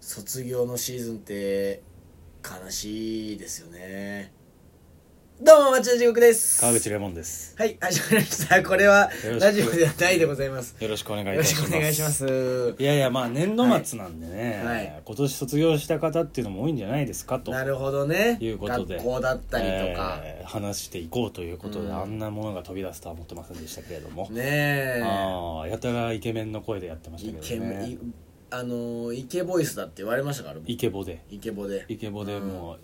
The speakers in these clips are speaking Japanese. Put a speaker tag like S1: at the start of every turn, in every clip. S1: 卒業のシーズンって悲しいですよねどうも町田地獄です
S2: 川口レモンです
S1: はい始まりましたこれは
S2: よろしく
S1: ラジオではないでございます
S2: よろしくお願いい
S1: よ
S2: た
S1: ろ
S2: し
S1: し
S2: ます
S1: くお願いします
S2: いやいやまあ年度末なんでね、
S1: はいはい
S2: 今年卒業した方っていうのも多いんじゃないですかと
S1: なるほどね
S2: いうことで
S1: 学校だったりとか、
S2: えー話していこうということで、
S1: うん
S2: あんなものが飛び出すとは思ってませんでしたけれども、
S1: ねえ
S2: ああやたらイケメンの声でやってまし
S1: イ
S2: たけ
S1: ケ
S2: ど
S1: メン
S2: ね
S1: いあのーイケボイスだって言われましたから僕
S2: イケボで
S1: イケボで
S2: イケボでもう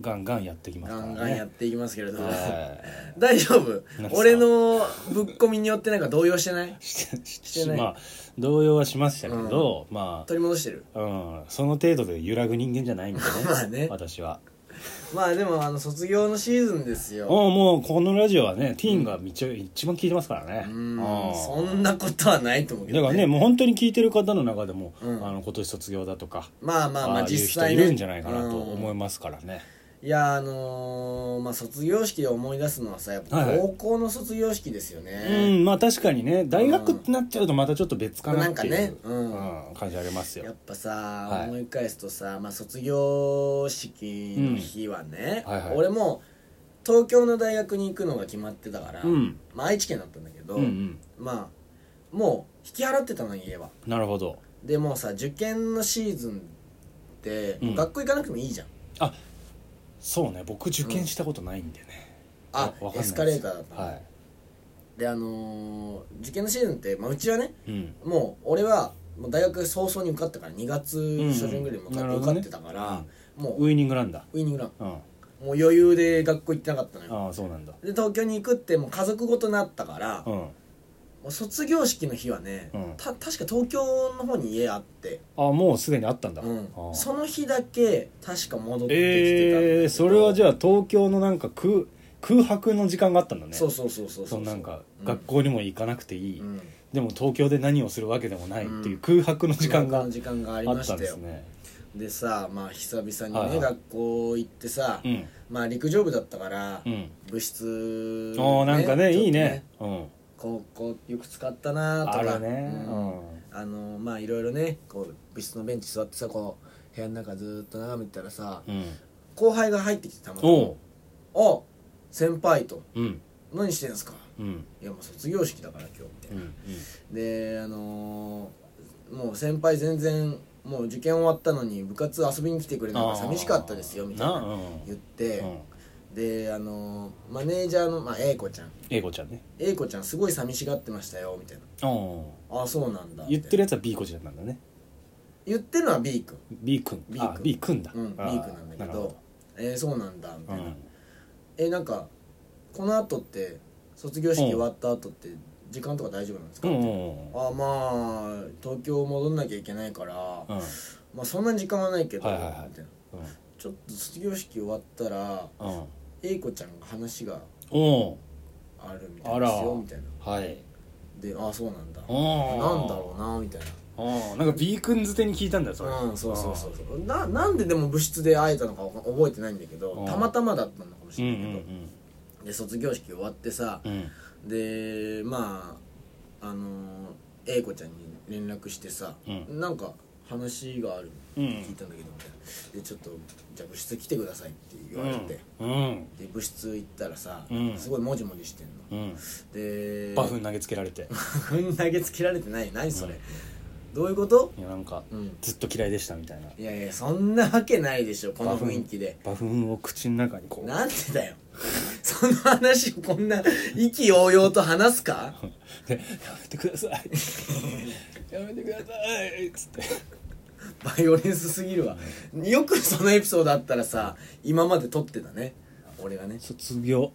S2: ガンガンやってきます
S1: ガ
S2: からね
S1: ンガンやっていきますけれども、
S2: はい
S1: 大丈夫
S2: なんすか
S1: 俺のぶっ込みによってなんか動揺 してない
S2: してし
S1: してない
S2: まあ動揺はしましたけど、まあ
S1: 取り戻してる
S2: うん、その程度で揺らぐ人間じゃないんでね
S1: まあね
S2: 私は
S1: まあでもあの卒業のシーズンですよ
S2: もうもうこのラジオはねティーンが一応一番聞いてますからね
S1: う
S2: うん
S1: んそんなことはないと思うけ
S2: だか
S1: ど、
S2: らねもう本当に聞いてる方の中でも、
S1: うん
S2: あの今年卒業だとか
S1: まあまあまあ
S2: あいう
S1: 実
S2: 人
S1: 際
S2: い
S1: ね
S2: るんじゃないかなと思
S1: う
S2: い
S1: ん
S2: ますからね、
S1: いやあのーまあ卒業式で思い出すのはさやっぱ
S2: はいはい
S1: 高校の卒業式ですよ
S2: う
S1: ね、
S2: んまあ確かにね大学ってなっちゃうとまたちょっと別かなっていう、
S1: なんかねうん
S2: うん感じあります
S1: や
S2: よ
S1: っぱさ、
S2: はい
S1: 思い返すとさ、まあ、卒業式の日はね、
S2: うんはいはい
S1: 俺も東京の大学に行くのが決まってたから、
S2: うん
S1: まあ、愛知県だったんだけど、
S2: うんうん
S1: まあもう引き払ってたの家は
S2: なるほど
S1: でもうさ受験のシーズンって、
S2: うん
S1: 学校行かなくてもいいじゃん
S2: あそうね僕受験したことないんでね、
S1: あ
S2: わわかんない
S1: エ
S2: です
S1: スカレーターだったの、
S2: はい
S1: であのー受験のシーズンって、まあ、うちはね
S2: うん
S1: もう俺はもう大学早々に受かったから2月初旬ぐらいに受か,、
S2: うんうん
S1: 受かってたから、もう
S2: ウイニングランだ
S1: ウイニングラン
S2: うんあ
S1: もう余裕で学校行ってなかったのよ
S2: あそうなんだ
S1: で東京に行くってもう家族ごとなったから、
S2: うんあ
S1: もう卒業式の日はね、
S2: うん
S1: た確か東京の方に家あって、
S2: もうすでにあったんだ、
S1: うん
S2: ああ
S1: その日だけ確か戻ってきてたんだけど
S2: ええー、それはじ
S1: ゃ
S2: ゃあ東京のなんか空空白の時間があったんだね
S1: そうそうそうそう
S2: そのなんか
S1: うん
S2: 学校にも行かなくていい、
S1: うん
S2: でも東京で何をするわけでもないっていう
S1: うん
S2: 空白の時間があ
S1: 時間がありま
S2: っ
S1: したた
S2: んで
S1: よ
S2: すね
S1: でさまあ久々にね、
S2: はいはい
S1: 学校行ってさ、
S2: うん
S1: まあ陸上部だったから、
S2: うん
S1: 部室、
S2: ああなんかね
S1: ちょっと
S2: いいねうん
S1: 高校よく使ったなとか
S2: あるね
S1: う
S2: うんん
S1: あのまあいろいろねこう部室のベンチ座ってさこう部屋の中ずっと眺めてたらさ
S2: うん
S1: 後輩が入ってきてたまたま
S2: おう
S1: あ先輩と
S2: うん
S1: 何してんすか
S2: うん
S1: いやもう卒業式だから今日みた
S2: う
S1: いなんであのーもう先輩全然もう受験終わったのに部活遊びに来てくれなんか寂しかったですよみたい
S2: あーな
S1: な
S2: うん
S1: 言って
S2: うん
S1: であのーマネージャーの、まあ、A 子ちゃん
S2: 英子ちゃんね
S1: A 子ちゃんすごい寂しがってましたよみたいな
S2: うん
S1: ああそうなんだ
S2: 言ってる
S1: る
S2: やつは B 子ちゃんなんだね
S1: 言ってるのは B 君
S2: B 君
S1: B
S2: あ
S1: 君
S2: B 君だ
S1: うん B 君
S2: あー
S1: なんだけど
S2: るほ
S1: えー、そうなんだみ
S2: ど
S1: たいな、
S2: うん
S1: えなんかこの後って卒業式終わった後って時間とか大丈夫なんです
S2: う
S1: か、
S2: んうん
S1: あまあ東京戻んなきゃいけないから、
S2: うんうん
S1: まあそんなに時間はないけど、
S2: はいはいはい
S1: みたいなちょっと卒業式終わったら
S2: うんうん
S1: 英子ちゃんが話が
S2: お
S1: あるみたいです
S2: あ
S1: よ
S2: ら
S1: みたいな
S2: はい
S1: でああそうなんだなんだ
S2: なん
S1: ろうなみたいな
S2: うなんか B 君づてに聞いたんだよそれ
S1: うんそうそうそうそうななんででも部室で会えたのかわか覚えてないんだけ
S2: う
S1: ど
S2: ん
S1: たまたまだったのかもし
S2: うん
S1: れ
S2: う
S1: ないけど、
S2: ん
S1: で卒業式終わってさ、
S2: うんうん
S1: でまああのー、A 子ちゃんに連絡してさ、
S2: う
S1: なんか話がある
S2: うん
S1: 聞いたんだけどみたいなでちょっとじゃあ部室来てくださいって言われて、
S2: うん
S1: で部室行ったらさ、
S2: うん
S1: すごいモジモジしてんの
S2: うん
S1: で
S2: バフン投げつけられて
S1: ふん投げつけられてない何それ、どういうこと
S2: いやなんか
S1: うん
S2: ずっと嫌いでしたみたいない
S1: やいやそんなわけないでしょこの雰囲気で
S2: バフンを口の中にこう
S1: なんでだよその話をこんな意気揚々と話すか
S2: で やめてく ださいやめてくださいつって
S1: バイオレンスすぎるわよくそのエピソードあったらさ今まで撮ってたね俺がね
S2: 卒業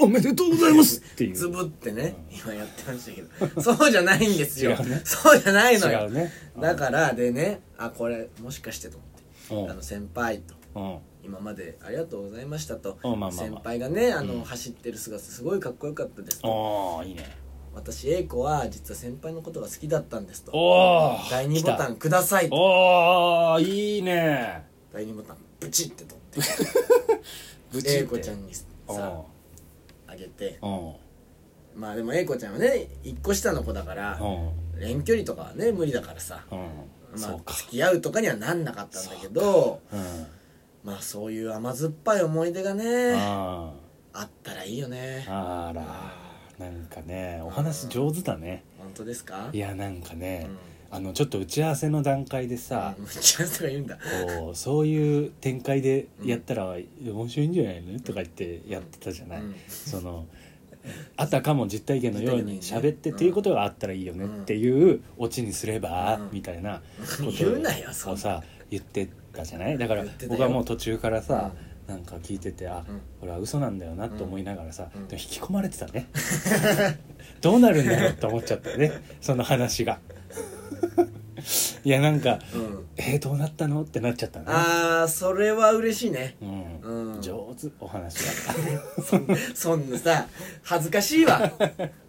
S2: おめでとうございますっていう
S1: つぶってね今やってましたけどそうじゃないんですよ、
S2: 違うね
S1: そうじゃないの
S2: 違
S1: よ
S2: うね
S1: だからでねあこれもしかしてと
S2: う
S1: 思
S2: ん
S1: ってあの先輩と
S2: うん
S1: 今までありがとうございましたと
S2: おまあまあまあ
S1: 先輩がねあの、
S2: うん
S1: 走ってる姿すごいかっこよかったですと
S2: おーいいね
S1: 私 A 子は実は先輩のことが好きだったんですと
S2: おー
S1: 第2ボタンくださいと
S2: おーいいね
S1: 第2ボタンブチって取って
S2: ぶ
S1: A 子ちゃんにさ
S2: うん
S1: あげて
S2: うん
S1: まあでも A 子ちゃんはね1個下の子だから
S2: うん
S1: 遠距離とかはね無理だからさ
S2: うん
S1: ま
S2: そう
S1: あ、
S2: か
S1: 付き合うとかにはなんなかったんだけど
S2: うん
S1: まあそういう甘酸っぱい思い出がね
S2: あ
S1: あったらいいよね
S2: ーあらなんかねお話上手だね
S1: 本当ですか
S2: いやなんかね、
S1: うん
S2: あのちょっと打ち合わせの段階でさ、
S1: むっちゃとか言うんだ
S2: こうそういう展開でやったら面白いんじゃないのとか言ってやってたじゃない、
S1: うん
S2: そのあたかも実体験のよう
S1: 実体験
S2: に
S1: のようにね
S2: 喋ってっていうことがあったらいいよね
S1: うん
S2: っていうオチにすれば、
S1: うん
S2: みたいなことを
S1: 言うなよそんな
S2: さ言ってたじゃないだから
S1: 言ってたよ
S2: 僕はもう途中からさ、なんか聞いててあ、
S1: うん
S2: これは嘘なんだよなと思いながらさ、
S1: うん
S2: でも引き込まれてたね どうなるんだろうと思っちゃった ねその話がいやなんか
S1: うん
S2: えー、どうなったのってなっちゃったね
S1: ああそれは嬉しいね
S2: うん、
S1: うん
S2: 上手お話が
S1: そんなさ恥ずかしいわ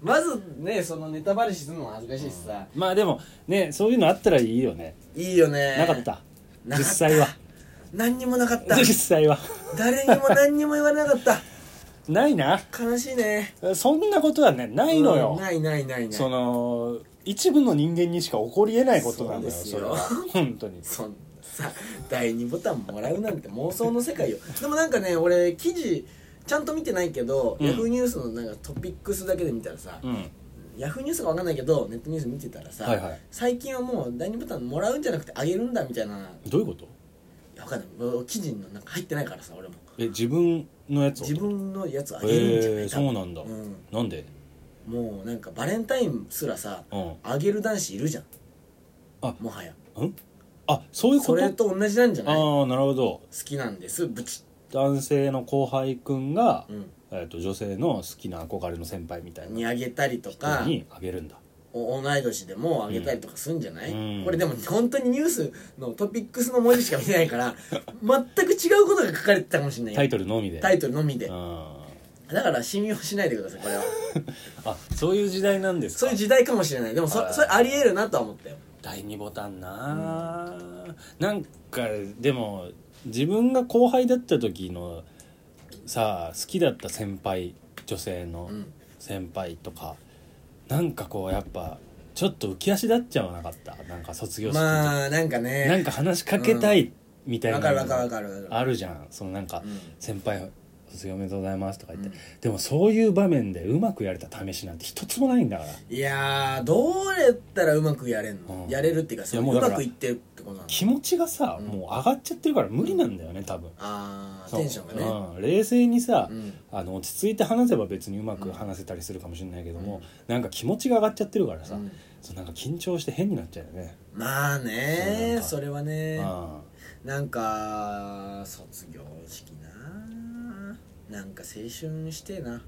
S1: まずねそのネタバレするのも恥ずかしいしさ
S2: まあでもねそういうのあったらいいよね
S1: いいよね
S2: なかった
S1: なかった
S2: 実 際は
S1: 何にもなか った
S2: 実際は
S1: 誰にも何にも言われなかった
S2: ないな
S1: 悲しいね
S2: そんなことはねないのよ、
S1: うんないないないない
S2: その一部の人間にしか起こりえないことなんだよ
S1: そう
S2: そ
S1: ですよ
S2: れは本当に
S1: そんなさ第2ボタンもらうなんて妄想の世界 よでもなんかね俺記事ちゃんと見てないけど、
S2: うん
S1: ヤフーニュースのなんかトピックスだけで見たらさ、
S2: うん
S1: ヤフーニュースか分かんないけどネットニュース見てたらさ、
S2: はいはい
S1: 最近はもう第2ボタンもらうんじゃなくてあげるんだみたいな
S2: どういうこと
S1: 分かんないもう記事のなんか入ってないからさ俺も
S2: え自分のやつを
S1: 自分のやつあ
S2: え
S1: げるんじゃない
S2: ー、
S1: か、
S2: そうなんだ、
S1: うん
S2: なんで
S1: もうなんかバレンタインすらさ
S2: うん
S1: あげる男子いるじゃん
S2: あ
S1: もはや
S2: うんあそういうこ
S1: そ
S2: と
S1: れと同じなんじゃない好
S2: ああなるほど
S1: きなんですブチ
S2: 男性の後輩くんが、
S1: うん
S2: えー、と女性の好きな憧れの先輩みたい
S1: に
S2: な
S1: あげたりと
S2: 人
S1: か
S2: にあげるんだ
S1: お同い年でもあげたりとかすんじゃない、
S2: うん
S1: これでも本当にニュースのトピックスの文字しか見てないから 全く違うことが書かれてたかもしれない
S2: タイ
S1: よ
S2: トルのみで
S1: タイトルのみで
S2: うんあ
S1: だから信用しないでくださいこ れは
S2: そういう時代なんです
S1: そ
S2: か
S1: ういう時代かもしれないでもそ
S2: あー
S1: それありえるなとは思ったよ
S2: 第二ボタンなあ、なんかでも自分が後輩だった時のさあ好きだった先輩女性の
S1: うん
S2: 先輩とか、なんかこうやっぱちょっと浮き足立っちゃわなかったなんか卒業式の時
S1: まあなんか
S2: なん
S1: ね
S2: か話しかけたいみたいな
S1: わ
S2: の
S1: かるわかるわかるわかる
S2: あるじゃんそのなんか
S1: うん
S2: 先輩卒業おめでとうございますとか言って、
S1: うん
S2: でもそういう場面でうまくやれた試しなんて一つもないんだから
S1: いやーどうやったらうまくやれんの、
S2: うん
S1: やれるっていうかそ
S2: い
S1: の
S2: やも
S1: う
S2: うだか
S1: ま
S2: ら
S1: くいってるってことなの
S2: 気持ちがさ、
S1: うん
S2: もう上がっちゃってるから無理なんだよね多分
S1: あー
S2: そう
S1: テンションがね
S2: うん、冷静にさ、
S1: うん
S2: あの落ち着いて話せば別にうまく話せたりするかもしれないけども、なんか気持ちが上がっちゃってるからさ、
S1: うん
S2: そうなんか緊張して変になっちゃうよね、
S1: まあ
S2: そうなん
S1: ね
S2: か
S1: それはね
S2: あ
S1: なんか卒業式ななんか青春してえな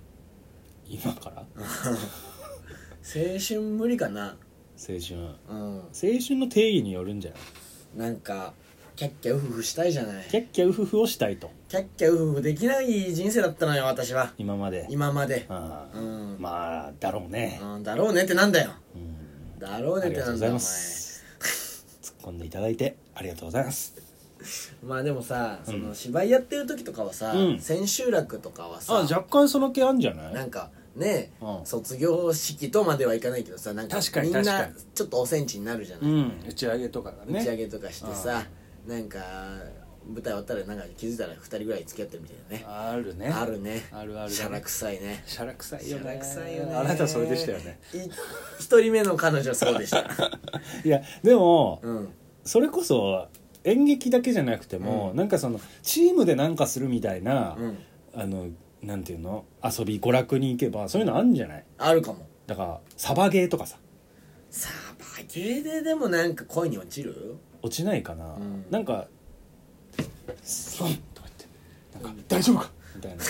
S2: 今から青
S1: 青春無理かな
S2: 春青
S1: うん
S2: 春の定義によるんじゃない
S1: なんかキャッキャウフフしたいじゃない
S2: キャッキャウフフをしたいと
S1: キャッキャウフフできない人生だったのよ私は
S2: 今まで
S1: 今まで
S2: あ
S1: う
S2: あ
S1: ん、
S2: まあだろうね、
S1: うん、だろうねってなんだよ
S2: うん
S1: だろう
S2: あ
S1: ねっ
S2: り
S1: て
S2: がと
S1: なん
S2: うござ
S1: だ
S2: い
S1: よ
S2: ます突っ込んでいただいてありがとうございます
S1: まあでもさそ
S2: うん
S1: の芝居やってる時とかはさ、
S2: うん
S1: 千秋楽とかは
S2: あ
S1: さ
S2: 若干その気あんじゃない
S1: なんかね、
S2: うん
S1: 卒業式とまではいかないけどさなんか
S2: 確かに
S1: みんな
S2: 確か
S1: ちょっとおセンチになるじゃない、
S2: うん打ち上げとかがね
S1: 打ち上げとかしてさ、なんか舞台終わったらなんか気づいたら2人ぐらい付き合ってるみたいなね
S2: あるね
S1: あるね
S2: あるある
S1: しゃらくさいね
S2: しゃらくさい
S1: し
S2: よ
S1: ゃ
S2: ね
S1: らくさいよね
S2: あなたそれでしたよね
S1: い一人目の彼女はそうでした
S2: いやでも、
S1: うん
S2: それこそ演劇だけじゃなくても、
S1: うん
S2: なんかそのチームでなんかするみたいな、
S1: うん
S2: あのなんていうの遊び娯楽に行けばそういうのあるんじゃない
S1: あるかも
S2: だからサバゲーとかさ
S1: さあバゲーででもなんか恋に落ちる
S2: 落ちないかな、
S1: ん
S2: なんか「スン!」とか言って「なんか大丈夫か!」みたいな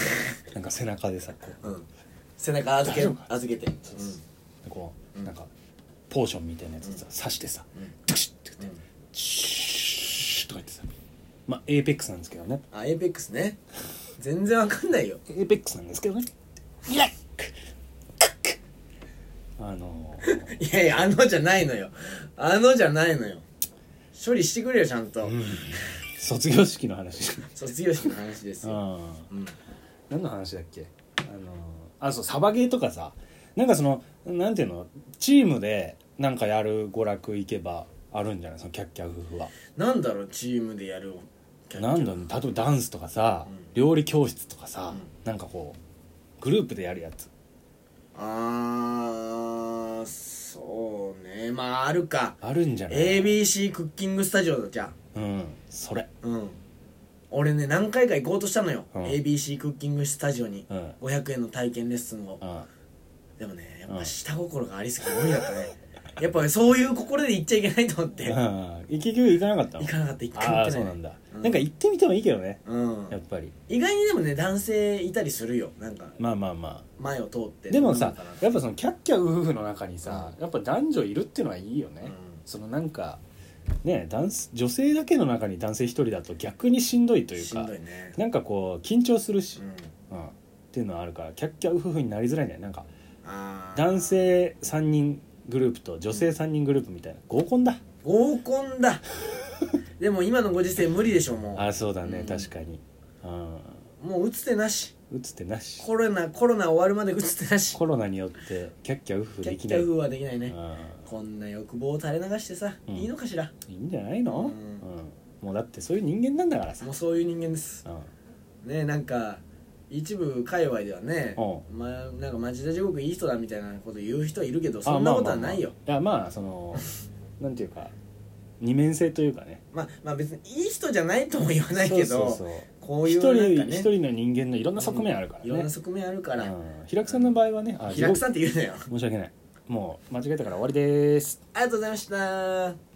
S2: なんか背中でさこう
S1: うん背中預け
S2: 大丈夫か
S1: 預けて
S2: そうそうこう
S1: うん
S2: なんかポーションみたいなやつさ刺してさ
S1: うん
S2: ドシッて
S1: うん、うん
S2: シュッとか言ってさまあエーペックスなんですけどね
S1: あエイペックスね全然わかんないよ
S2: エーペックスなんですけどねイラッククックあのー
S1: いやいやあのじゃないのよあのじゃないのよ処理してくれよちゃんと、
S2: 卒業式の話
S1: 卒業式の話です
S2: う
S1: よ、
S2: ん
S1: うん
S2: 何の話だっけあのあそうサバゲーとかさなんかそのなんていうのチームでなんかやる娯楽行けばあるんじゃないそのキャッキャ夫婦は
S1: なんだろうチームでやるキャッキャ
S2: なんだろうね例えばダンスとかさ、
S1: うん
S2: 料理教室とかさ、
S1: うん
S2: なんかこうグループでやるやつ
S1: あーそうねまああるか
S2: あるんじゃない
S1: ABC クッキングスタジオだじゃ
S2: うんそれ
S1: あうん俺ね何回か行こうとしたのよ、
S2: うん
S1: ABC クッキングスタジオに
S2: うんうん
S1: 500円の体験レッスンを
S2: あ
S1: でもねやっ
S2: うん
S1: ぱ下心がありすぎて無理だったね やっぱそういう心で行っちゃいけないと思って
S2: 結局行かなかったの
S1: 行かなかった一回も
S2: あ
S1: 行
S2: あ
S1: っ
S2: ー
S1: てな
S2: そ
S1: いうね
S2: なんだ、
S1: うん
S2: なんか行ってみてもいいけどね
S1: うん
S2: やっぱり
S1: 意外にでもね男性いたりするよなんか
S2: まあまあま
S1: 前を通って
S2: あでもさ
S1: どうなのかな
S2: やっぱそのキャッキャ夫婦の中にさ、やっぱ男女いるっていうのはいいよね、
S1: うん
S2: そのなんかね男性女性だけの中に男性一人だと逆にしんどいという
S1: し
S2: か
S1: んどいね
S2: なんかこう緊張するし
S1: う、ん
S2: うんっていうのはあるからキャッキャ夫婦になりづらいんだよなんか
S1: あー
S2: 男性3人グループと女性3人グループみたいな合コンだ
S1: 合コンだ でも今のご時世無理でしょも
S2: あそうだね、
S1: うん
S2: 確かにうん
S1: うもう打つ手なし
S2: 打つってなし
S1: コロナコロナ終わるまで打つ手なし
S2: コロナによってキャッキャ夫
S1: キ
S2: 婦
S1: ャ
S2: で
S1: ッ
S2: き
S1: キ
S2: ない
S1: ャ風はできないね
S2: う
S1: こんな欲望を垂れ流してさ、
S2: うん
S1: いいのかしら
S2: んいいんじゃないの、う
S1: うんん
S2: もうだってそういう人間なんだからさ、
S1: もうそういう人間です
S2: うん、
S1: ねなんか一部界隈ではね、
S2: う
S1: ま、なんか町田地獄いい人だみたいなこと言う人はいるけどそんなことはないよ
S2: あまあまあまあいやまあその なんていうか二面性というかね
S1: まあまあ別にいい人じゃないとも言わないけど
S2: そうそうそう
S1: こうい
S2: 一
S1: うな
S2: 人
S1: ん
S2: 一、
S1: かね
S2: 人の人間のいろんな側面あるから
S1: いろん
S2: ね
S1: な、側面あるから、
S2: うん、平久さんの場合はねあ
S1: 平くさんって言うなよ
S2: 申し訳ないもう間違えたから終わりです
S1: ありがとうございました